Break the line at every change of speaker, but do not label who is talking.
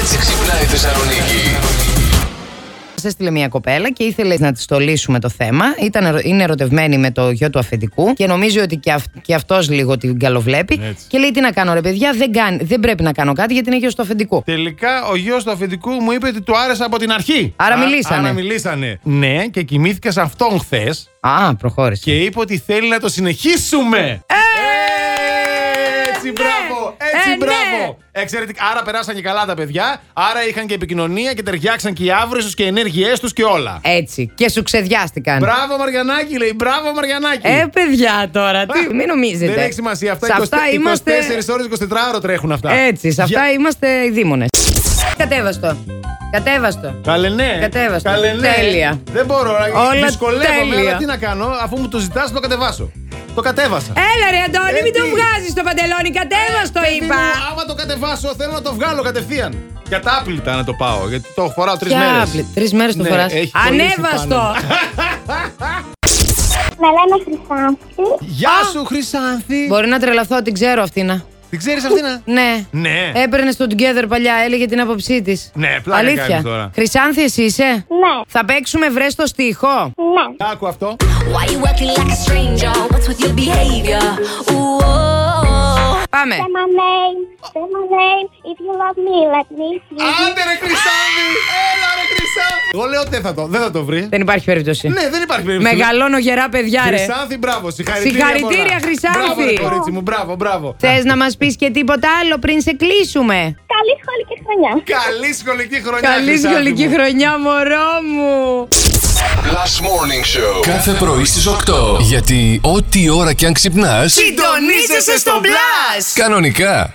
έτσι ξυπνάει η Θεσσαλονίκη.
Σα έστειλε μια κοπέλα και ήθελε να της στολίσουμε το θέμα. Ήταν, ερω- είναι ερωτευμένη με το γιο του αφεντικού και νομίζει ότι και, αυ, και αυτός λίγο την καλοβλέπει.
Έτσι.
Και λέει: Τι να κάνω, ρε παιδιά, δεν, κάνει, δεν πρέπει να κάνω κάτι γιατί είναι γιος του αφεντικού.
Τελικά ο γιος του αφεντικού μου είπε ότι του άρεσε από την αρχή.
Άρα
Α-
μιλήσανε.
Άρα μιλήσανε. Ναι, και κοιμήθηκα σε αυτόν χθες
Α, προχώρησε.
και είπε ότι θέλει να το συνεχίσουμε. Ε, Έτσι, μπράβο! Έτσι,
Ε, ναι.
μπράβο! Εξαιρετικά. Άρα περάσαν και καλά τα παιδιά. Άρα είχαν και επικοινωνία και ταιριάξαν και οι αύριε του και οι ενέργειές τους και όλα.
Έτσι. Και σου ξεδιάστηκαν.
Μπράβο, Μαριανάκη, λέει. Μπράβο, Μαριανάκη.
Ε, παιδιά τώρα, τι,
Α,
μην νομίζετε.
Δεν έχει σημασία. Αυτά,
σε αυτά
24
είμαστε.
ώρε, 24 ώρο τρέχουν αυτά.
Έτσι, σε αυτά
Για-
είμαστε οι δίμονε. Κατέβαστο. Κατέβαστο.
Καλέ ναι.
Κατέβασε.
Καλέ ναι.
Τέλεια.
Δεν μπορώ.
Όλα
δυσκολεύομαι,
τέλεια.
αλλά τι να κάνω. Αφού μου το ζητάς, το κατεβάσω. Το κατέβασα.
Έλα ρε Αντώνη,
Ε,
μην το
τι.
βγάζεις το παντελόνι, κατέβαστο
Παιδί
είπα.
μου, άμα το κατεβάσω, θέλω να το βγάλω κατευθείαν. Για τα άπλυτα να το πάω, γιατί το φοράω Ναι, τρει
Ποια
μέρε.
άπλη- τρεις μέρες το φοράς. Ανέβαστο.
Με λένε Χρυσάνθη.
Γεια σου, Χρυσάνθη.
Μπορεί να τρελαθώ, την ξέρω αυτήνα.
Την ξέρεις αυτή να.
Ναι.
Ναι.
Έπαιρνες στο Together παλιά, έλεγε την άποψή της.
Ναι, πλάκα
Αλήθεια.
κάνεις τώρα.
Χρυσάνθη, εσύ είσαι.
Ναι,
Θα παίξουμε βρες στο στίχο.
ναι.
Άκου αυτό.
Why you acting like a stranger? What's with your behavior? Ooh, oh,
Πάμε.
Say my name, say my name. If you love me, let me see.
Άντε ρε Χρυσάνθη! Έλα ρε Χρυσάνθη! Εγώ λέω δεν θα το, δεν θα το βρει.
Δεν υπάρχει περίπτωση.
Ναι, δεν υπάρχει περίπτωση.
Μεγαλώνω γερά παιδιά, ρε.
Χρυσάνθη, μπράβο, συγχαρητήρια.
Συγχαρητήρια,
πολλά.
Χρυσάνθη.
Μπράβο, ρε, κορίτσι μου, μπράβο, μπράβο.
Θες να μας πεις και τίποτα άλλο πριν σε κλείσουμε.
Καλή σχολική χρονιά.
Καλή σχολική χρονιά.
Καλή
Ναι, Χρυσάνθη
σχολική
μου.
χρονιά, μωρό μου.
Last Morning Show.
Κάθε πρωί στις 8. Γιατί ό,τι ώρα κι αν ξυπνάς,
Συντονίζεσαι στο μπλα!
κανονικά.